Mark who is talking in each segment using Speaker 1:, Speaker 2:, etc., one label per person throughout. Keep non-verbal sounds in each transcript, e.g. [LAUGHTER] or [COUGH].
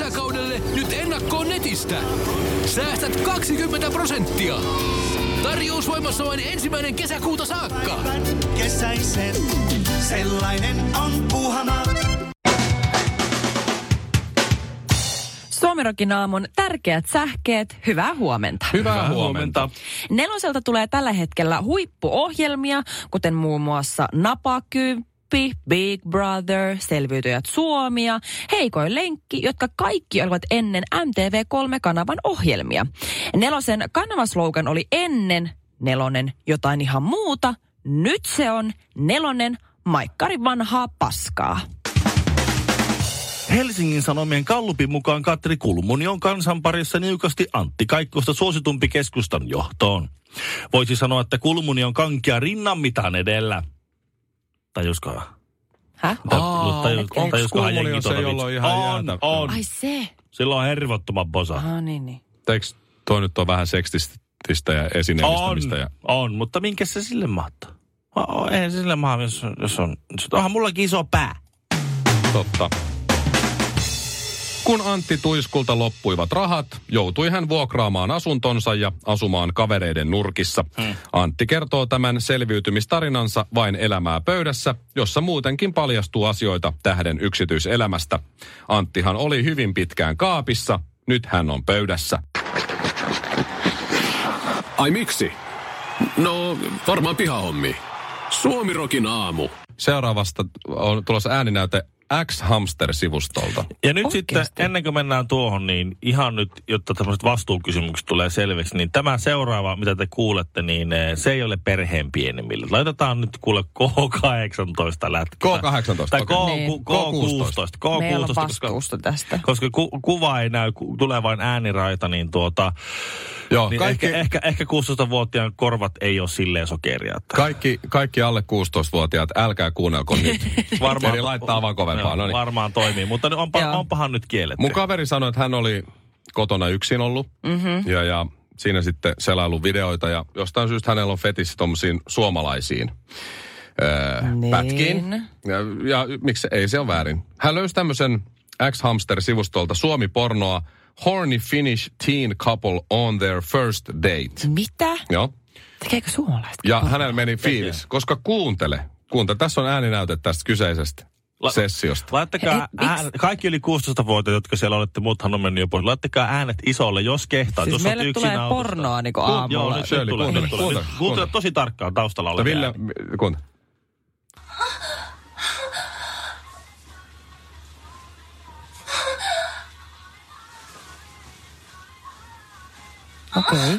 Speaker 1: jääkaudelle nyt ennakkoon netistä. Säästät 20 prosenttia. Tarjous voimassa vain ensimmäinen kesäkuuta saakka.
Speaker 2: Kesäisen, sellainen on puhana.
Speaker 3: Suomirokin aamun tärkeät sähkeet, hyvää huomenta.
Speaker 4: Hyvää huomenta.
Speaker 3: Neloselta tulee tällä hetkellä huippuohjelmia, kuten muun muassa Napakymppi, Big Brother, Selviytyjät Suomia, Heikoin lenkki, jotka kaikki olivat ennen MTV3-kanavan ohjelmia. Nelosen kanavaslogan oli ennen nelonen jotain ihan muuta, nyt se on nelonen maikkari vanhaa paskaa.
Speaker 4: Helsingin Sanomien kallupin mukaan Katri Kulmuni on kansan parissa niukasti Antti Kaikkosta suositumpi keskustan johtoon. Voisi sanoa, että Kulmuni on kankia rinnan mitan edellä. Tai joskaan.
Speaker 3: Häh?
Speaker 4: Tai-
Speaker 1: Aa,
Speaker 4: tai-
Speaker 3: hetkinen.
Speaker 4: tai
Speaker 3: Onks
Speaker 4: joskaan
Speaker 5: Kulmuni
Speaker 4: jengi
Speaker 5: on se,
Speaker 4: tuota
Speaker 5: jolla on
Speaker 4: vitsi.
Speaker 5: ihan
Speaker 4: on,
Speaker 5: jäätävä?
Speaker 4: on.
Speaker 3: Ai se.
Speaker 4: Sillä on hervottoman posa.
Speaker 3: Ah, niin, niin.
Speaker 5: Teks, toi nyt on vähän seksististä ja
Speaker 4: On,
Speaker 5: esineellistämistä. Ja...
Speaker 4: on, mutta minkä se sille mahtaa? Ma- o- Eihän se sille mahtaa, jos, jos on. jos- Onhan mullakin iso pää.
Speaker 5: Totta. Kun Antti Tuiskulta loppuivat rahat, joutui hän vuokraamaan asuntonsa ja asumaan kavereiden nurkissa.
Speaker 4: Hmm.
Speaker 5: Antti kertoo tämän selviytymistarinansa vain elämää pöydässä, jossa muutenkin paljastuu asioita tähden yksityiselämästä. Anttihan oli hyvin pitkään kaapissa, nyt hän on pöydässä.
Speaker 1: Ai miksi? No, varmaan pihahommi. Suomirokin aamu.
Speaker 5: Seuraavasta on tulossa ääninäyte X-Hamster-sivustolta.
Speaker 4: Ja nyt
Speaker 3: Oikeesti?
Speaker 4: sitten, ennen kuin mennään tuohon, niin ihan nyt, jotta tämmöiset vastuukysymykset tulee selväksi, niin tämä seuraava, mitä te kuulette, niin eh, se ei ole perheen pienimmille. Laitetaan nyt kuule K18 lätkää.
Speaker 5: K18,
Speaker 4: Tai
Speaker 5: okei.
Speaker 4: K, K16. K16.
Speaker 3: Me ei olla
Speaker 4: koska,
Speaker 3: Niin. vastuusta tästä.
Speaker 4: koska ku, kuva ei näy, ku, tulee vain ääniraita, niin tuota,
Speaker 5: Joo,
Speaker 4: niin
Speaker 5: kaikki,
Speaker 4: ehkä, ehkä, ehkä 16-vuotiaan korvat ei ole silleen sokeria. että-
Speaker 5: Kaikki, kaikki alle 16-vuotiaat, älkää kuunnelko
Speaker 4: [LAUGHS]
Speaker 5: nyt. Eli laittaa vaan kovempaa. No,
Speaker 4: Joo,
Speaker 5: niin.
Speaker 4: Varmaan toimii, mutta nyt onpa,
Speaker 3: Joo.
Speaker 4: onpahan nyt kielletty.
Speaker 5: Mun kaveri sanoi, että hän oli kotona yksin ollut.
Speaker 4: Mhm.
Speaker 5: Mm-hmm. Ja, ja siinä sitten selailu videoita ja jostain syystä hänellä on fetissi tommosiin suomalaisiin
Speaker 4: Niin.
Speaker 5: öö,
Speaker 3: Niin.
Speaker 5: pätkiin. Ja, ja miksi ei se ole väärin. Hän löysi tämmöisen X-Hamster-sivustolta Suomi-pornoa Horny Finnish Teen Couple on their first date.
Speaker 3: Mitä?
Speaker 5: Joo.
Speaker 3: Tekeekö suomalaiset?
Speaker 5: Ja hänellä meni fiilis, koska kuuntele, kuuntele. Tässä on ääninäyte tästä kyseisestä
Speaker 4: La-
Speaker 5: sessiosta.
Speaker 3: Hei,
Speaker 4: Laittakaa
Speaker 3: miksi?
Speaker 4: ään, kaikki yli 16-vuotiaat, jotka siellä olette, muuthan on mennyt jo pois. Laittakaa äänet isolle, jos kehtaa.
Speaker 3: Siis
Speaker 4: jos
Speaker 3: meille
Speaker 4: olet yksin
Speaker 3: tulee
Speaker 4: autossa.
Speaker 3: pornoa niinku
Speaker 4: Kuun-
Speaker 3: aamulla.
Speaker 4: Joo, nyt
Speaker 5: Shirley,
Speaker 4: tulee,
Speaker 5: kuuntele,
Speaker 4: nyt tulee.
Speaker 5: kuuntele,
Speaker 4: Nyt-
Speaker 5: kuuntele.
Speaker 4: Kuuntele tosi tarkkaan taustalla
Speaker 5: Mutta
Speaker 4: olevia
Speaker 5: Ville,
Speaker 4: ääniä.
Speaker 5: kuuntele.
Speaker 3: Okei. Okay.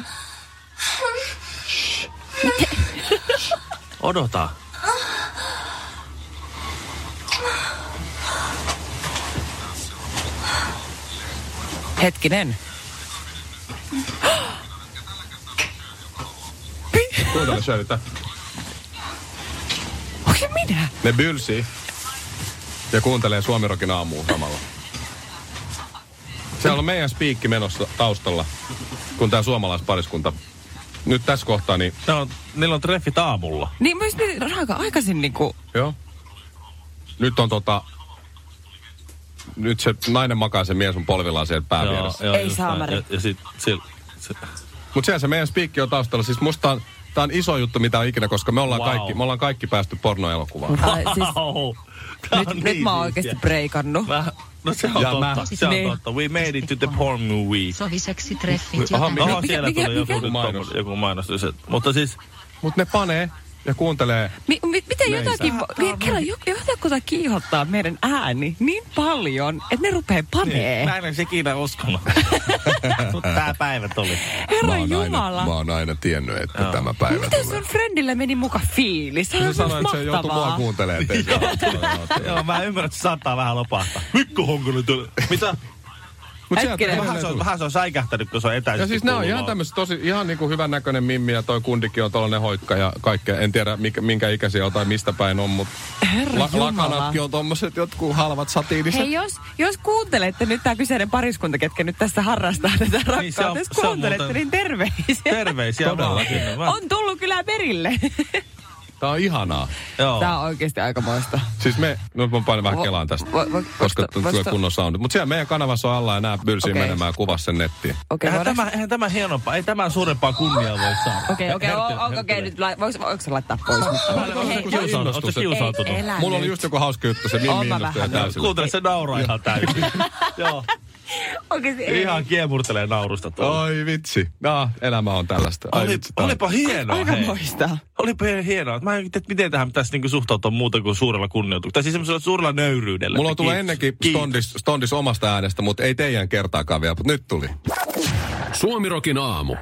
Speaker 4: Odota.
Speaker 3: Hetkinen.
Speaker 5: Kuuntele Shirley, tää.
Speaker 3: Onko se minä?
Speaker 5: Ne bylsii ja kuuntelee Suomirokin aamuun samalla. Siellä on meidän spiikki menossa taustalla, kun tämä suomalaispariskunta. Nyt tässä kohtaa, niin
Speaker 4: Ne on, niillä on treffit aamulla.
Speaker 3: Niin myös me raaka aikaisin
Speaker 5: [LAUGHS]
Speaker 3: niinku...
Speaker 5: joo. Nyt on tota... Nyt se nainen makaa se mies on polvillaan siellä päävieressä.
Speaker 3: Ei
Speaker 4: just
Speaker 3: saamari.
Speaker 4: näin. Ja, ja sit, sit, sit,
Speaker 5: Mutta siellä se meidän spiikki on taustalla. Siis musta on, tää on iso juttu, mitä on ikinä, koska me ollaan,
Speaker 4: Wow.
Speaker 5: wow. kaikki, me ollaan kaikki päästy pornoelokuvaan.
Speaker 3: Tai
Speaker 5: [LAUGHS]
Speaker 3: siis,
Speaker 4: [LAUGHS] Au. Tää
Speaker 3: nyt,
Speaker 4: on
Speaker 3: nyt
Speaker 4: niin
Speaker 3: mä oon
Speaker 4: siistiä.
Speaker 3: oikeesti breikannut.
Speaker 4: Mä, no se on
Speaker 5: Ja
Speaker 4: totta.
Speaker 5: mä-
Speaker 4: Se on
Speaker 3: Niin.
Speaker 4: totta. We made it to the porn movie.
Speaker 6: Soviseksi treffit
Speaker 5: Aha,
Speaker 6: jotain.
Speaker 5: minä-
Speaker 4: Oho,
Speaker 3: mikä-
Speaker 4: siellä
Speaker 3: mikä-
Speaker 4: tuli joku,
Speaker 3: mikä-
Speaker 4: nyt
Speaker 5: Mainos.
Speaker 4: tommonen- joku mainos. Se- Mutta siis
Speaker 5: Mutta ne panee ja kuuntelee
Speaker 3: Mi, mi, miten jotakin... Mi, kerran jo- jotakuta kiihottaa meidän ääni niin paljon, että ne rupee panee.
Speaker 4: Niin.
Speaker 5: Niin.
Speaker 4: Mä en sekinä
Speaker 3: [LAUGHS]
Speaker 4: uskonut. Tää päivä tuli.
Speaker 3: Herra
Speaker 5: mä oon
Speaker 3: Jumala.
Speaker 5: Aina, mä oon aina tiennyt, että
Speaker 4: Joo.
Speaker 5: tämä päivä
Speaker 3: Miten
Speaker 5: tulee.
Speaker 3: sun friendillä meni muka fiilis? Sehän
Speaker 5: Se
Speaker 3: on siis
Speaker 5: sanoi, että se joutuu mua
Speaker 3: mahtavaa.
Speaker 5: kuuntelemaan. ettei se ole.
Speaker 4: Joo, mä ymmärrän, että se saattaa vähän lopahtaa. Mikko Honkonen tuli.
Speaker 5: [LAUGHS]
Speaker 4: Mitä?
Speaker 5: Mut sieltä
Speaker 3: Hetkinen.
Speaker 5: tulee
Speaker 4: Vähän se, on,
Speaker 5: tuli.
Speaker 4: vähän se on säikähtänyt, kun se on
Speaker 5: Ja
Speaker 4: etäisesti
Speaker 5: siis nämä on
Speaker 4: kuuluvaa.
Speaker 5: ihan tämmöiset tosi, ihan niinku hyvän näköinen mimmi ja toi kundikin on tollanen hoikka ja kaikkea. En tiedä mikä, minkä ikäisiä on tai mistä päin on, mutta
Speaker 3: Herra Jumala.
Speaker 5: lakanatkin on tommoset jotkut halvat satiiniset.
Speaker 3: Hei, jos, jos kuuntelette nyt tämä kyseinen pariskunta, ketkä nyt tässä harrastaa tätä rakkautta,
Speaker 4: Niin se on-
Speaker 3: jos
Speaker 4: se on
Speaker 3: kuuntelette,
Speaker 4: muuten-
Speaker 3: niin terveisiä.
Speaker 4: Terveisiä
Speaker 5: Todella.
Speaker 4: todellakin. Mä-
Speaker 3: On tullut kyllä perille.
Speaker 5: Tää on ihanaa.
Speaker 4: Joo.
Speaker 3: Tämä on oikeasti aikamoista.
Speaker 5: Siis me, no mä painan vähän kelaan tästä,
Speaker 3: Vo- vo-
Speaker 5: koska
Speaker 3: voisitko-
Speaker 5: tulee
Speaker 3: voisitko-
Speaker 5: kunnon soundi. Mutta siellä meidän kanavassa on alla ja nää pylsii
Speaker 3: Okei.
Speaker 5: menemään kuvassa sen nettiin.
Speaker 3: Okei,
Speaker 4: Eihän
Speaker 3: voidaanko-
Speaker 4: tämä, eihän tämä hienompaa, ei tämä suurempaa kunniaa voi saada.
Speaker 3: Okei, okei,
Speaker 4: Herttele-
Speaker 3: o- o- okei,
Speaker 4: herttele.
Speaker 3: nyt lai- voiko voiko se laittaa pois? Mutta- Hei,
Speaker 4: Oletko kiusaantunut?
Speaker 5: innostus,
Speaker 4: Oletko
Speaker 5: että-
Speaker 4: kiusaantunut?
Speaker 3: Ei, elä
Speaker 5: Mulla oli
Speaker 3: nyt.
Speaker 5: just joku hauska juttu, se
Speaker 3: Oon
Speaker 5: Mimmi
Speaker 3: mä
Speaker 5: innostui
Speaker 3: vähän.
Speaker 5: ihan täysillä.
Speaker 4: Kuuntele, se nauraa
Speaker 3: [LAUGHS]
Speaker 4: ihan täysin. Joo,
Speaker 3: Oikeesti ei.
Speaker 4: ihan kiemurtelee naurusta tuolla.
Speaker 5: Oi vitsi. No, elämä on tällaista. Ai,
Speaker 4: Oli,
Speaker 5: vitsi, tää on-
Speaker 4: olipa hienoa, hei.
Speaker 3: Aikamoista.
Speaker 4: Olipa hienoa. Mä en tiedä, että miten tähän pitäisi niinku suhtautua muuta kuin suurella kunnioituksella. Tai siis semmoisella suurella nöyryydellä.
Speaker 5: Mulla on
Speaker 4: Että
Speaker 5: tullut
Speaker 4: kiitos.
Speaker 5: ennenkin
Speaker 4: Kiitos.
Speaker 5: stondis, stondis omasta äänestä, mutta ei teidän kertaakaan vielä, mutta nyt tuli.
Speaker 6: Suomirokin aamu.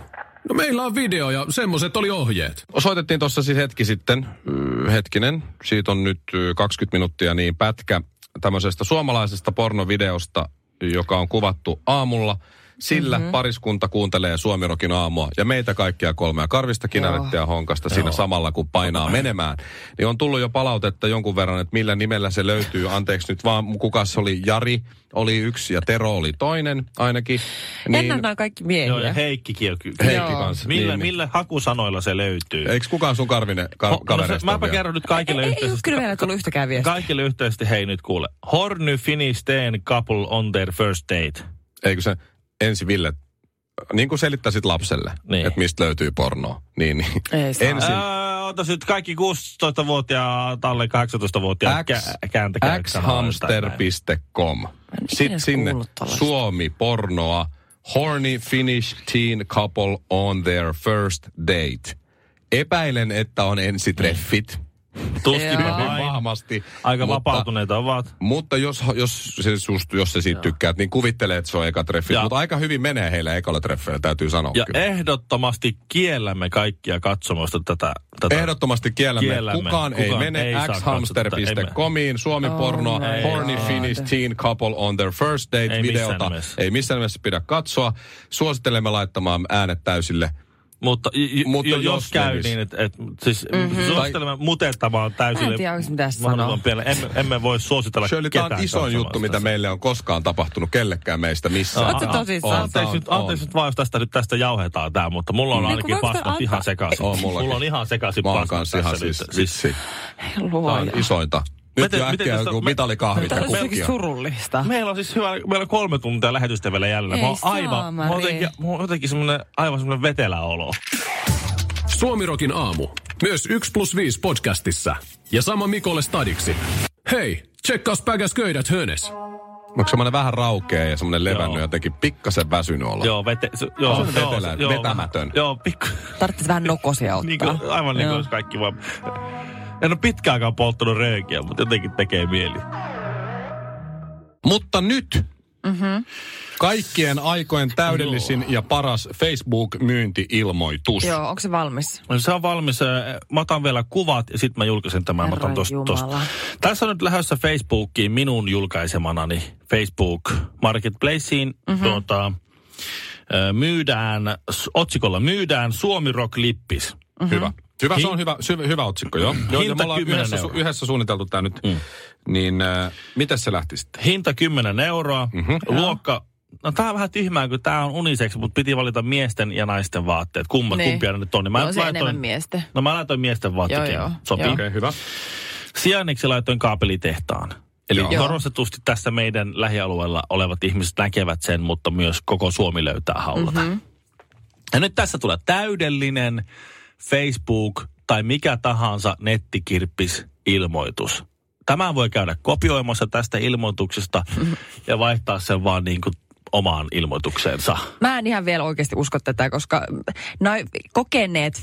Speaker 6: No meillä on video ja semmoset oli ohjeet.
Speaker 5: Soitettiin tuossa siis hetki sitten, mm, hetkinen, siitä on nyt mm, 20 minuuttia niin pätkä tämmöisestä suomalaisesta pornovideosta, joka on kuvattu aamulla. Sillä mm-hmm. pariskunta kuuntelee Suomirokin aamua ja meitä kaikkia kolmea, Karvista, Kinarettia ja Honkasta siinä samalla kun painaa menemään. Niin on tullut jo palautetta jonkun verran, että millä nimellä se löytyy. Anteeksi nyt vaan, kukas oli Jari, oli yksi ja Tero oli toinen ainakin. Niin
Speaker 3: Ennen nämä on kaikki
Speaker 4: Niin. Joo, ja
Speaker 3: miehiä.
Speaker 4: Heikkikin on kyllä.
Speaker 5: Heikki
Speaker 3: Joo.
Speaker 5: kanssa.
Speaker 4: Millä,
Speaker 5: niin,
Speaker 4: millä hakusanoilla se löytyy?
Speaker 5: Niin. Eikö kukaan sun karvinen ka-
Speaker 4: Ho- no se-
Speaker 5: kavereista
Speaker 4: mäpä
Speaker 5: ole vielä?
Speaker 4: kerron nyt
Speaker 3: Ei,
Speaker 4: kaikille
Speaker 3: ei, ei ole
Speaker 4: yhteisesti.
Speaker 3: kyllä vielä tullut yhtäkään viestiä.
Speaker 4: Kaikille yhteisesti, hei nyt kuule. Horny Finnish teen couple on their first date.
Speaker 5: Eikö se ensi Ville, niin kuin selittäisit lapselle,
Speaker 4: Niin.
Speaker 5: niin. että mistä löytyy pornoa, niin, niin.
Speaker 3: Ei saa.
Speaker 5: ensin
Speaker 4: Öö, otas nyt kaikki 16-vuotiaat, alle 18-vuotiaat kä- kääntäkää yksi sana jostain
Speaker 5: xhamster.com. Sitten
Speaker 3: edes
Speaker 5: sinne
Speaker 3: kuullut tällaista.
Speaker 5: Suomi pornoa, horny Finnish teen couple on their first date. Epäilen, että on ensitreffit.
Speaker 4: näin. Tuskinpa
Speaker 3: Joo.
Speaker 4: vain.
Speaker 5: Vahvasti.
Speaker 4: Aika
Speaker 5: mutta-
Speaker 4: vapautuneita ovat.
Speaker 5: Mutta jos, jos, se sustu, jos se siitä tykkäät, niin kuvittele, että se on eka treffi.
Speaker 4: Ja.
Speaker 5: Mutta aika hyvin menee heillä ekalla treffeillä, täytyy sanoa
Speaker 4: Ja
Speaker 5: kyllä.
Speaker 4: ehdottomasti kiellämme kaikkia katsomasta tätä. tätä.
Speaker 5: Ehdottomasti kiellämme.
Speaker 4: Kiellämme.
Speaker 5: kiellämme. Kukaan, ei
Speaker 4: Kukaan
Speaker 5: mene
Speaker 4: ei saa katsoa
Speaker 5: xhamster.comiin, Suomi porno,
Speaker 3: Oh my
Speaker 5: horny
Speaker 3: God.
Speaker 5: Finnish teen couple on their first date
Speaker 4: Ei missään
Speaker 5: videota.
Speaker 4: nimessä.
Speaker 5: ei missään nimessä pidä katsoa. Suosittelemme laittamaan äänet täysille.
Speaker 4: Mutta, j- Mutta
Speaker 5: Mutta
Speaker 4: jos, jos
Speaker 5: jos
Speaker 4: käy
Speaker 5: menis.
Speaker 4: niin, että et, siis mm-hmm. suosittelemme mutettamaan
Speaker 3: Mä
Speaker 4: täysille.
Speaker 3: Mhm. en tiedä, onko mitä sanoa.
Speaker 4: mahdollisimman pienelle. Emme, emme voi suositella
Speaker 5: Shirley, tämä
Speaker 4: ketään.
Speaker 5: on isoin juttu, mitä meille on koskaan tapahtunut kellekään meistä missään.
Speaker 3: Ootko tosissaan?
Speaker 5: On,
Speaker 4: Anteeksi,
Speaker 5: on,
Speaker 4: nyt,
Speaker 5: on.
Speaker 4: anteeksi nyt vaan, jos tästä nyt tästä jauhetaan tää, mutta mulla on
Speaker 3: Niin, kun
Speaker 4: ainakin
Speaker 3: voiko
Speaker 4: pastat
Speaker 3: tää antaa-
Speaker 4: ihan sekaisin.
Speaker 5: On mullakin.
Speaker 4: mulla on ihan sekaisin
Speaker 5: Mä oon
Speaker 4: pastat
Speaker 5: kanssa ihan siis,
Speaker 4: Siis,
Speaker 5: vitsi. Tämä
Speaker 3: Luoja.
Speaker 5: on isointa. Nyt
Speaker 4: Miten-
Speaker 5: jo
Speaker 4: miten
Speaker 5: äkkiä
Speaker 4: tästä-
Speaker 5: joku
Speaker 4: me-
Speaker 5: mitalikahvit
Speaker 3: Tämä
Speaker 5: ja
Speaker 3: on jotenkin
Speaker 5: kukia.
Speaker 3: surullista.
Speaker 4: Meillä on siis hyvä, meillä on kolme tuntia lähetystä vielä jäljellä. Mä
Speaker 3: Ei
Speaker 4: oon aivan, mä oon
Speaker 3: saamari.
Speaker 4: jotenkin, mä oon jotenkin semmonen, aivan semmonen vetelä olo.
Speaker 6: Suomirokin aamu. Myös 1 plus 5 podcastissa. Ja sama Mikolle stadiksi. Hei, tsekkaus päkäs köydät hönes.
Speaker 5: Onko semmoinen vähän raukea ja semmoinen levännyt jotenkin pikkasen väsynyt olla?
Speaker 4: Joo, vete, se- joo,
Speaker 5: Se on
Speaker 4: joo,
Speaker 5: vetelä-
Speaker 4: joo,
Speaker 5: vetämätön.
Speaker 4: Joo, pikku,
Speaker 3: Tarvitsisi vähän nokosia ottaa.
Speaker 4: niin kuin, aivan niin kuin olisi kaikki vaan. En ole pitkäänkään polttanut röökiä, mutta jotenkin tekee mieli.
Speaker 5: Mutta nyt mm-hmm. kaikkien aikojen täydellisin ja paras Facebook-myynti-ilmoitus.
Speaker 3: Joo, onko se valmis?
Speaker 4: No, Se on valmis. ö, Mä otan vielä kuvat ja sitten mä julkaisen tämän. Mä otan
Speaker 3: Herran
Speaker 4: tosta, tosta.
Speaker 3: Jumala.
Speaker 4: Tässä on nyt lähdössä Facebookiin minun julkaisemanani Facebook Marketplaceen.
Speaker 3: Mhm.
Speaker 4: Mm-hmm. Tuota, ö, myydään, s- otsikolla myydään Suomi Rock Lippis.
Speaker 5: Hyvä.
Speaker 3: Mhm.
Speaker 5: Hyvä, se on hyvä, syvä, hyvä otsikko, joo. joo ja
Speaker 4: Hinta
Speaker 5: me ollaan
Speaker 4: 10
Speaker 5: yhdessä, su,
Speaker 4: euroa.
Speaker 5: yhdessä suunniteltu tämä nyt. Mm. Niin, äh, miten se lähti sitten?
Speaker 4: Hinta 10 euroa. Mm-hmm. Luokka, no tää on vähän tyhmää, kun tää on uniseksi, mutta piti valita miesten ja naisten vaatteet. Kumma,
Speaker 3: Niin.
Speaker 4: Kumpia ne nyt on. Niin mä
Speaker 3: No, on
Speaker 4: nyt
Speaker 3: se enemmän miesten.
Speaker 4: No mä laitoin miesten vaatteet.
Speaker 3: Joo, joo,
Speaker 4: Sopii.
Speaker 3: joo.
Speaker 5: Okei, okay, hyvä.
Speaker 4: Sijainniksi laitoin kaapelitehtaan. Eli
Speaker 5: Joo.
Speaker 4: Joo. korostetusti tässä meidän lähialueella olevat ihmiset näkevät sen, mutta myös koko Suomi löytää haulata.
Speaker 3: Mhm.
Speaker 4: Mm-hmm. Ja nyt tässä tulee täydellinen Facebook tai mikä tahansa nettikirppis ilmoitus. Tämän voi käydä kopioimassa tästä ilmoituksesta
Speaker 3: Mhm.
Speaker 4: ja vaihtaa sen vaan niin kuin omaan ilmoitukseensa.
Speaker 3: Mä en ihan vielä oikeasti usko tätä, koska mm, noi kokeneet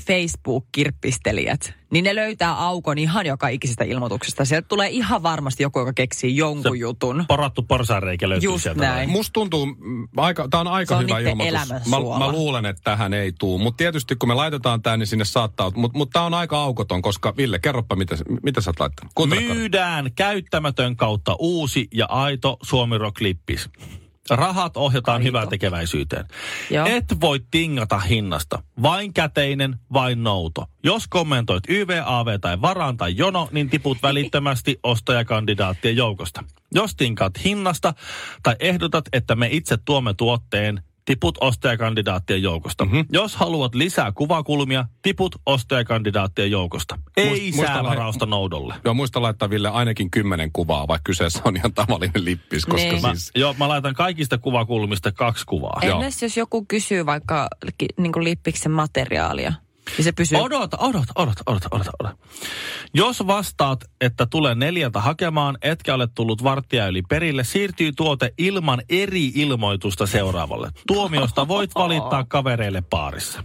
Speaker 3: Facebook-kirppistelijät, niin ne löytää aukon ihan joka ikisestä ilmoituksesta. Sieltä tulee ihan varmasti joku, joka keksii jonkun
Speaker 4: Se-
Speaker 3: jutun.
Speaker 4: Porattu porsareikä löytyy
Speaker 3: Just
Speaker 4: sieltä.
Speaker 3: näin.
Speaker 5: Musta tuntuu, mm, aika, tämä on
Speaker 3: Se
Speaker 5: aika
Speaker 3: on
Speaker 5: hyvä
Speaker 3: niiden elämän
Speaker 5: ilmoitus. Mä,
Speaker 3: suola.
Speaker 5: mä luulen, että tähän ei tuu. Mutta tietysti kun me laitetaan tämä, niin sinne saattaa... Mutta mut tämä on aika aukoton, koska Ville, kerropa, mitä, mitä sä oot laittanut. Kuuntele, Kari.
Speaker 4: Myydään käyttämätön kautta uusi ja aito Suomirock-lippis. Rahat ohjataan hyvään tekeväisyyteen.
Speaker 3: Joo.
Speaker 4: Et voi tingata hinnasta. Vain käteinen, vain nouto. Jos kommentoit YVAV tai varaan tai jono, niin tiput välittömästi ostajakandidaattien joukosta. Jos tinkaat hinnasta tai ehdotat, että me itse tuomme tuotteen, tiput ostajakandidaattien joukosta. Mm-hmm. Jos haluat lisää kuvakulmia, tiput ostajakandidaattien joukosta. Ei
Speaker 5: muista
Speaker 4: sää
Speaker 5: lai-
Speaker 4: varausta noudolle.
Speaker 5: Joo, muista laittaa Ville ainakin kymmenen kuvaa, vaikka kyseessä on ihan tavallinen lippis, koska
Speaker 3: Niin.
Speaker 5: niin.
Speaker 4: Mä,
Speaker 5: siis...
Speaker 4: joo, mä laitan kaikista kuvakulmista kaksi kuvaa.
Speaker 5: Joo.
Speaker 3: Entäs jos joku kysyy vaikka ki, niin kuin lippiksen materiaalia, niin se pysyy...
Speaker 4: Odota, odota, odota, odota, odota, odota. Jos vastaat, että tulee neljältä hakemaan, etkä ole tullut varttia yli perille, siirtyy tuote ilman eri ilmoitusta seuraavalle. Tuomiosta voit valittaa kavereille paarissa.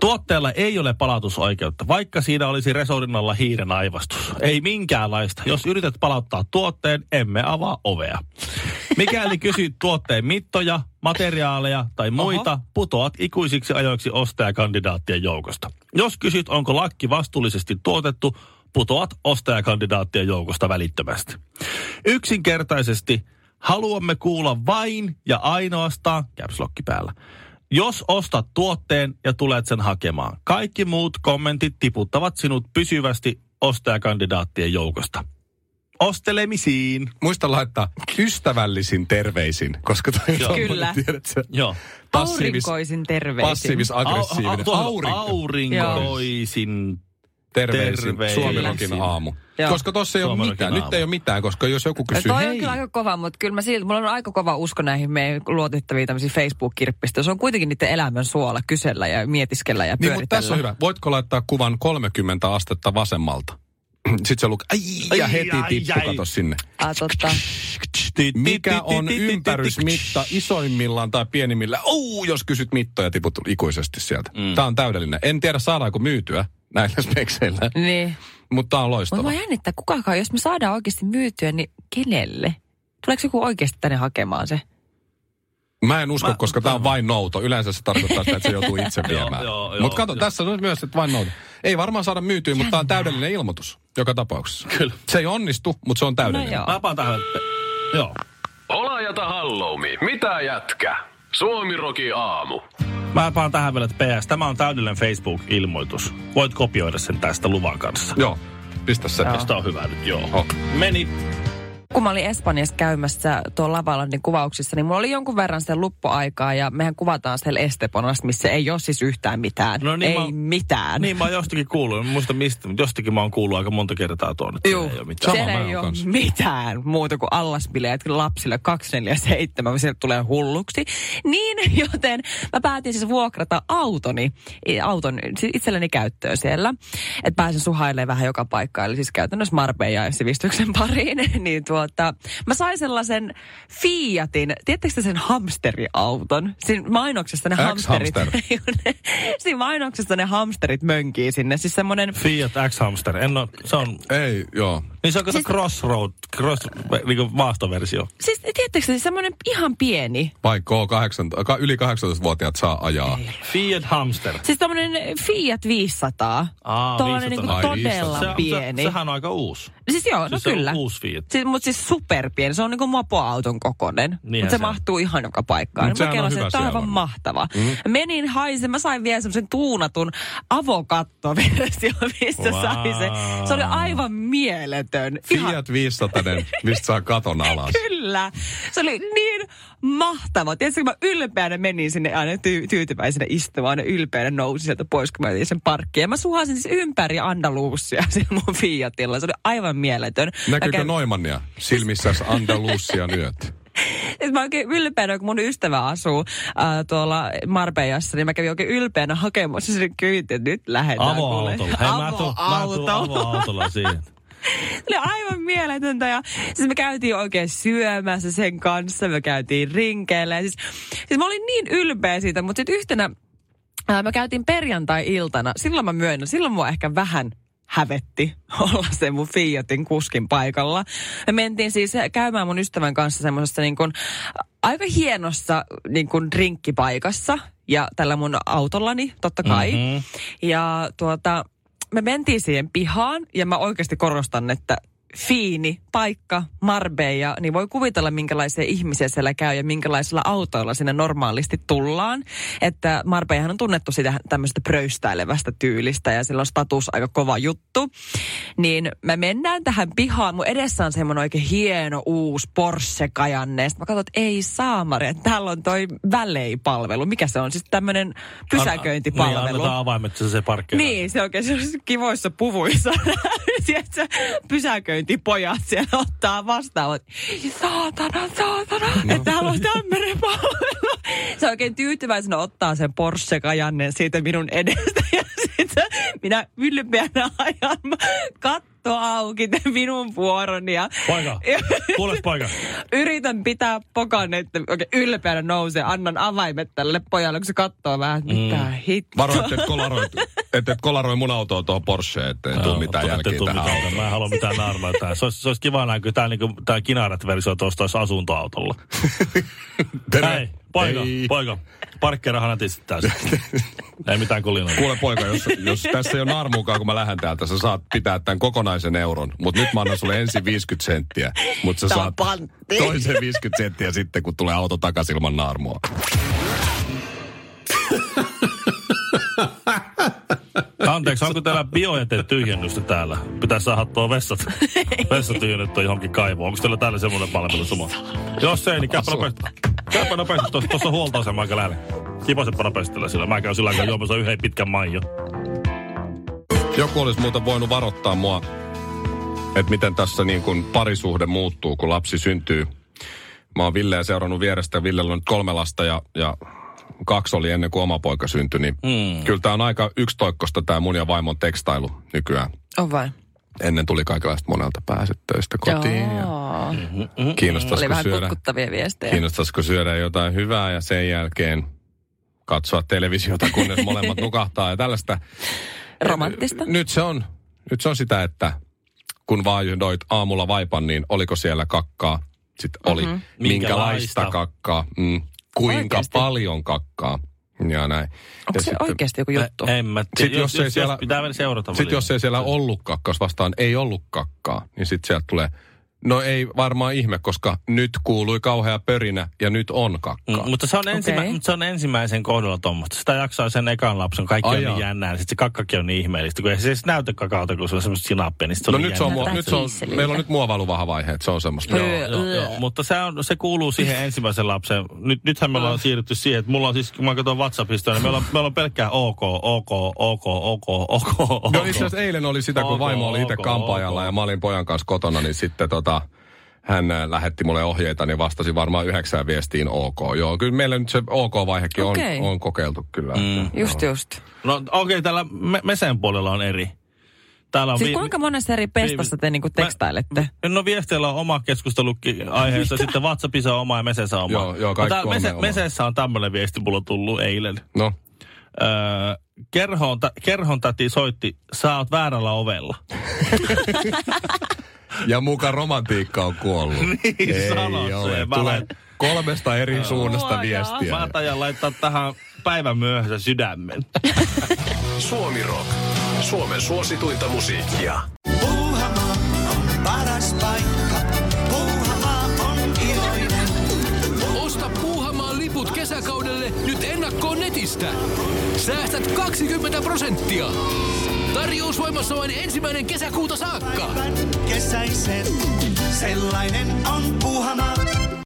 Speaker 4: Tuotteella ei ole palautusoikeutta, vaikka siinä olisi resorin alla hiiren aivastus. Ei minkäänlaista. Jos yrität palauttaa tuotteen, emme avaa ovea. Mikäli kysyt tuotteen mittoja, materiaaleja tai muita, Oho. putoat ikuisiksi ajoiksi ostajakandidaattien joukosta. Jos kysyt, onko lakki vastuullisesti tuotettu, putoat ostajakandidaattien joukosta välittömästi. Yksinkertaisesti haluamme kuulla vain ja ainoastaan, caps lock päällä, jos ostat tuotteen ja tulet sen hakemaan. Kaikki muut kommentit tiputtavat sinut pysyvästi ostajakandidaattien joukosta. Ostelemisiin!
Speaker 5: Muista laittaa ystävällisin terveisin, koska toi on tommonen,
Speaker 3: Kyllä.
Speaker 5: tiedätkö,
Speaker 4: Joo.
Speaker 5: passiivis,
Speaker 3: Aurinkoisin terveisin.
Speaker 5: passiivis-aggressiivinen.
Speaker 4: Au- au-
Speaker 5: Aurinko.
Speaker 4: Aurinkoisin.
Speaker 5: Terveisin.
Speaker 4: Terveisin.
Speaker 5: Suomirokin aamu.
Speaker 3: Joo.
Speaker 5: Koska tossa ei ole
Speaker 4: Suomirokin
Speaker 5: mitään.
Speaker 4: aamu.
Speaker 5: Nyt ei ole mitään, koska jos joku
Speaker 3: No
Speaker 5: kysyy,
Speaker 3: toi on
Speaker 5: hei,
Speaker 3: kyllä aika kova, mutta kyllä mä silti, mulla on aika kova usko näihin meidän luotettaviin tämmöisiin Facebook-kirppistä. Se on kuitenkin niiden elämän suola kysellä ja mietiskellä ja
Speaker 5: niin,
Speaker 3: pyöritellä.
Speaker 5: mutta tässä on hyvä. Voitko laittaa kuvan 30 astetta vasemmalta? [CLEARS THROAT] Sitten se lukee, ai, ja
Speaker 4: Ai,
Speaker 5: heti
Speaker 4: ai,
Speaker 5: tippu,
Speaker 4: ai.
Speaker 5: kato sinne.
Speaker 3: Ah, totta.
Speaker 5: Mikä on ympärysmitta isoimmillaan tai pienimmillä? Uu, jos kysyt mittoja, tiput ikuisesti sieltä. Mm. Tämä on täydellinen. En tiedä, saadaanko myytyä näillä spekseillä,
Speaker 3: Niin.
Speaker 5: mutta tämä
Speaker 3: Mutta
Speaker 5: on
Speaker 4: Tota.
Speaker 5: loistava.
Speaker 3: mä jännittää kukakaan, jos me saadaan oikeasti myytyä, niin kenelle? Tuleeko joku oikeasti tänne hakemaan se?
Speaker 5: Mä en usko, koska tämä on vain nouto. Yleensä se tarkoittaa sitä,
Speaker 4: [LAUGHS]
Speaker 5: että se joutuu itse viemään.
Speaker 4: joo, joo,
Speaker 5: Mutta kato,
Speaker 4: joo.
Speaker 5: tässä on myös, että vain nouto. Ei varmaan saada myytyä, mutta tämä on täydellinen ilmoitus joka tapauksessa. Kyllä. Se ei onnistu, mutta se on
Speaker 3: No
Speaker 5: täydellinen.
Speaker 3: joo.
Speaker 4: Mä paan tähän. Joo.
Speaker 6: Olajata halloumi. Mitä jätkä? Suomiroki aamu.
Speaker 4: Mä paan tähän vielä, että PS, tämä on täydellinen Facebook-ilmoitus. Voit kopioida sen tästä luvan kanssa.
Speaker 5: Joo, pistä se.
Speaker 4: Tästä on hyvä nyt, joo.
Speaker 5: Oh.
Speaker 4: Meni.
Speaker 3: Kun mä olin Espanjassa käymässä tuolla Lavalandin kuvauksissa, niin mulla oli jonkun verran sitä luppoaikaa ja mehän kuvataan siellä Esteponasta, missä ei ole siis yhtään mitään.
Speaker 4: No niin,
Speaker 3: ei
Speaker 4: mä oon-
Speaker 3: mitään.
Speaker 4: Niin mä oon jostakin kuullut, en muista mistä, mutta jostakin mä oon kuullut aika monta kertaa tuon, että
Speaker 3: Juu,
Speaker 4: siellä ei ole mitään.
Speaker 3: siellä
Speaker 5: mä
Speaker 3: ei
Speaker 5: oon
Speaker 3: ole
Speaker 5: kanssa.
Speaker 3: mitään muuta kuin allasbileet lapsille 247, sieltä tulee hulluksi. Niin, [LAUGHS] joten mä päätin siis vuokrata autoni, i- auton siis itselleni käyttöön siellä, että pääsen suhailemaan vähän joka paikkaan, eli siis käytännössä Marbella ja sivistyksen [LAUGHS] pariin, niin tuota, mä sain sellaisen Fiatin, tiedättekö te sen hamsteriauton? Siinä mainoksessa ne hamsterit. [LAUGHS]
Speaker 5: X-hamster.
Speaker 3: Siinä mainoksessa ne hamsterit mönkii sinne, siis semmoinen
Speaker 4: Fiat X-Hamster, en oo, se on,
Speaker 5: Ei, joo.
Speaker 4: niin se on siis... crossroad, cross, niin maastoversio.
Speaker 3: Siis tiedättekö, siis semmoinen ihan pieni.
Speaker 5: Vai K-18, ka- yli 18-vuotiaat saa ajaa.
Speaker 4: Fiat Hamster.
Speaker 3: Siis tommonen Fiat 500.
Speaker 4: Aa,
Speaker 3: Tuollainen
Speaker 4: 500.
Speaker 3: niinku
Speaker 5: Ai, 500.
Speaker 3: todella
Speaker 4: Se,
Speaker 3: pieni.
Speaker 4: Se, sehän on aika uusi.
Speaker 3: siis joo,
Speaker 4: siis se
Speaker 3: no
Speaker 4: on
Speaker 3: kyllä.
Speaker 4: uusi Fiat.
Speaker 3: Siis, mutta siis superpieni. Se on niinku mopoauton kokonen.
Speaker 4: Niinhän
Speaker 3: mutta se,
Speaker 4: se on.
Speaker 3: mahtuu ihan joka paikkaan. Mä
Speaker 5: Mut sehän on
Speaker 3: kelasin,
Speaker 5: hyvä
Speaker 3: että tää on
Speaker 5: siellä Mm.
Speaker 3: aivan
Speaker 5: on.
Speaker 3: mahtava. Mm-hmm. Menin haisin, mä sain vielä semmoisen tuunatun [LAUGHS] avokattoversio, mistä
Speaker 4: Wow.
Speaker 3: sai se. Se oli aivan mieletön. Ihan
Speaker 5: Fiat 500, mistä saa katon alas.
Speaker 3: [LAUGHS] Kyllä. Se oli niin mahtava. Tiedätkö, kun mä ylpeänä menin sinne aina ty- tyytyväisenä istumaan, aina ylpeänä nousin sieltä pois, kun mä olin sen parkkiin. Ja mä suhasin siis ympäri [LAUGHS] Andalusia sillä mun Fiatilla. Se oli aivan mieletön. mä,
Speaker 5: Näkyykö
Speaker 3: kävin-
Speaker 5: Noimannia silmissäs Andalusian yöt?
Speaker 3: Siis mä oikein ylpeänä, kun mun ystävä asuu äh, tuolla Marbejassa, niin mä kävin oikein ylpeänä hakemassa sen kyyti, että nyt lähdetään. kuule.
Speaker 4: Avoautolla. Hei, mä tuun, mä tuun
Speaker 3: Avoautolla.
Speaker 4: avoautolla siihen.
Speaker 3: oli aivan mieletöntä ja siis me käytiin oikein syömässä sen kanssa, me käytiin rinkeillä ja siis, siis mä olin niin ylpeä siitä, mutta sitten yhtenä ää, me käytiin perjantai-iltana, silloin mä myönnän, silloin mua ehkä vähän hävetti [LAUGHS] olla se mun Fiatin kuskin paikalla. Me mentiin siis käymään mun ystävän kanssa semmoisessa niin kuin aika hienossa niin kuin drinkkipaikassa ja tällä mun autollani totta kai. Mm-hmm. Ja tuota, me mentiin siihen pihaan ja mä oikeasti korostan, että fiini paikka, Marbella, niin voi kuvitella, minkälaisia ihmisiä siellä käy ja minkälaisilla autoilla sinne normaalisti tullaan. Että Marbellahan on tunnettu sitä tämmöistä pröystäilevästä tyylistä ja sillä on status aika kova juttu. Niin me mennään tähän pihaan. Mun edessä on semmoinen oikein hieno uusi Porsche Cayenne. Sitten mä katson, että ei saamari, että täällä on toi väleipalvelu. Mikä se on? Siis tämmöinen [LAUGHS] pysäköintipalvelu.
Speaker 4: Niin, annetaan avaimet, se se parkkeeraa.
Speaker 3: Niin, se oikein sellaisissa kivoissa puvuissa. [LAUGHS] Tiedätkö, pysäköintipojat siellä ottaa vastaan. Oot, Saatana, saatana, no. että täällä on tämmöinen palvelu. Se oikein tyytyväisenä ottaa sen Porsche Cayennen siitä minun edestä. Ja sitten minä ylpeänä ajan katto auki tämän minun vuoroni. Ja, [LAUGHS]
Speaker 4: Paikka.
Speaker 3: ja
Speaker 4: Kuules paikka.
Speaker 3: yritän pitää pokan, että oikein ylpeänä nousee. Annan avaimet tälle pojalle, kun se katsoo vähän, että mitä mm. hittoa.
Speaker 5: Varo, että et kolaroi, [LAUGHS] et, et kolaroi mun autoa tuohon Porscheen, ettei tuu mitään jälkiä
Speaker 4: Tuu
Speaker 5: tähän
Speaker 4: mitään
Speaker 5: autoon.
Speaker 4: jälkeä. Mä en halua mitään naarmaa tähän. Se olisi, se olisi kiva näin, kun tämä, niin tämä kinaret-versio tuosta olisi asuntoautolla. Hei, poika,
Speaker 5: Ei.
Speaker 4: poika. Parkkeerahan nätisti
Speaker 5: [LAUGHS]
Speaker 4: tässä. Ei mitään kulinoita.
Speaker 5: Kuule poika, jos, jos tässä ei ole naarmuukaan, kun mä lähden täältä, sä saat pitää tämän kokonaisen euron. Mutta nyt mä annan sulle ensin 50 senttiä. Mutta sä
Speaker 3: Tää on
Speaker 5: saat
Speaker 3: pantti.
Speaker 5: toisen 50 senttiä sitten, kun tulee auto takaisin ilman naarmua.
Speaker 4: Anteeksi, onko täällä biojäte tyhjennystä täällä? Pitää saada tuo vessat, vessat tyhjennettyä johonkin kaivoon. Onko teillä täällä semmoinen palvelu suma? Jos ei, niin käypä nopeasti. Käypä nopeasti, tuossa, tuossa on huoltoasema aika lähellä. Kipasepa nopeasti tällä sillä. Mä käyn sillä aikaa juomassa yhden pitkän maijon.
Speaker 5: Joku olisi muuten voinut varottaa mua, että miten tässä niin kuin parisuhde muuttuu, kun lapsi syntyy. Mä oon Villeä seurannut vierestä. Villellä on nyt kolme lasta ja, ja kaksi oli ennen kuin oma poika syntyi. Niin hmm. Kyllä tämä on aika yksitoikkosta tämä mun ja vaimon tekstailu nykyään.
Speaker 3: On vain.
Speaker 5: ennen tuli kaikenlaista monelta pääset töistä kotiin. Ja
Speaker 3: Joo. Oli
Speaker 5: kiinnostaisiko,
Speaker 3: vähän
Speaker 5: syödä,
Speaker 3: kutkuttavia viestejä.
Speaker 5: kiinnostaisiko syödä jotain hyvää ja sen jälkeen katsoa televisiota, kunnes
Speaker 3: [LAUGHS]
Speaker 5: molemmat nukahtaa ja tällaista.
Speaker 3: Romanttista.
Speaker 5: Nyt se on, nyt se on sitä, että kun vaihdoit aamulla vaipan, niin oliko siellä kakkaa? Sitten oli. Mm-hmm.
Speaker 4: Minkälaista?
Speaker 5: Minkälaista kakkaa? Mm. Kuinka
Speaker 3: Mhm. Oikeesti?
Speaker 5: paljon kakkaa? Ja näin.
Speaker 3: Onko
Speaker 5: ja
Speaker 3: se
Speaker 5: sitten-
Speaker 3: oikeasti joku juttu?
Speaker 4: En mä tiedä.
Speaker 5: Sitten jos, ei siellä,
Speaker 4: pitää vielä seurata.
Speaker 5: sit
Speaker 4: välillä.
Speaker 5: jos ei siellä ollut kakkaa, jos vastaan ei ollut kakkaa, niin sitten sieltä tulee, no ei varmaan ihme, koska nyt kuului kauhea pörinä ja nyt on kakkaa.
Speaker 4: Mm, mutta se on, ensimmä,
Speaker 3: Okei.
Speaker 4: mutta se on ensimmäisen kohdalla tuommoista. Sitä jaksaa sen ekan lapsen, kaikki
Speaker 5: Ai
Speaker 4: on niin
Speaker 5: jaa.
Speaker 4: jännää. Sitten se kakkakin on niin ihmeellistä, kun ei se edes näytä kakalta, kun se on semmoista sinappia. Niin sit se
Speaker 5: no
Speaker 4: niin
Speaker 5: nyt se on, mua,
Speaker 4: jännää.
Speaker 3: Näyttää
Speaker 5: nyt se on
Speaker 3: kiisseliltä.
Speaker 5: meillä on nyt muovailuvahvaihe, että se on semmoista.
Speaker 3: Joo.
Speaker 5: Joo.
Speaker 4: Joo, joo. Mutta se, on, se kuuluu siihen ensimmäisen lapsen. Nyt, nythän me
Speaker 3: Ah.
Speaker 4: ollaan siirrytty siihen, että mulla on siis, kun mä katson WhatsAppista, niin meillä on, meillä on pelkkää OK, OK, OK, OK, OK, OK.
Speaker 5: No itse asiassa eilen oli sitä, kun
Speaker 4: Ok,
Speaker 5: vaimo oli itse
Speaker 4: ok,
Speaker 5: kampaajalla
Speaker 4: ok.
Speaker 5: ja mä olin pojan kanssa kotona, niin sitten tota, hän äh, lähetti mulle ohjeita, niin vastasi varmaan yhdeksään viestiin OK. Joo, kyllä meillä nyt se OK-vaihekin
Speaker 3: Okei.
Speaker 5: on, on kokeiltu kyllä. Mm.
Speaker 3: Just just.
Speaker 4: No okei, okay, täällä me- mesen puolella on eri. Täällä on
Speaker 3: Siis
Speaker 4: vi-
Speaker 3: kuinka monessa eri pestassa te niinku tekstailette?
Speaker 4: Mä, no viesteillä on oma keskustelukki aiheessa, sitten WhatsAppissa on oma ja Mesessä on oma.
Speaker 5: Joo, joo,
Speaker 4: No
Speaker 5: kaikki
Speaker 4: tää
Speaker 5: kolme
Speaker 4: mese,
Speaker 5: omaa.
Speaker 4: Mesessä on tämmöinen viesti mulla tullut eilen.
Speaker 5: No,
Speaker 4: Öö, kerhon, ta- kerhon täti soitti, sä oot väärällä ovella.
Speaker 5: Ja muka romantiikka on kuollut.
Speaker 4: [LAUGHS] Niin, sano se. Mä
Speaker 5: Tulee
Speaker 4: laitan-
Speaker 5: kolmesta eri suunnasta
Speaker 3: Luoja.
Speaker 5: viestiä.
Speaker 4: Mä tajan laittaa tähän päivän myöhässä sydämen.
Speaker 6: Suomi Rock. Suomen suosituinta musiikkia.
Speaker 2: Puuhamaa on paras paikka. Puuhamaa on iloinen.
Speaker 1: Osta Puuhamaan liput kesäkaudelle nyt ennakkoon netistä. Säästät 20 prosenttia. Tarjous voimassa vain ensimmäinen kesäkuuta saakka.
Speaker 2: Kesäisen, sellainen on Puuhamaa.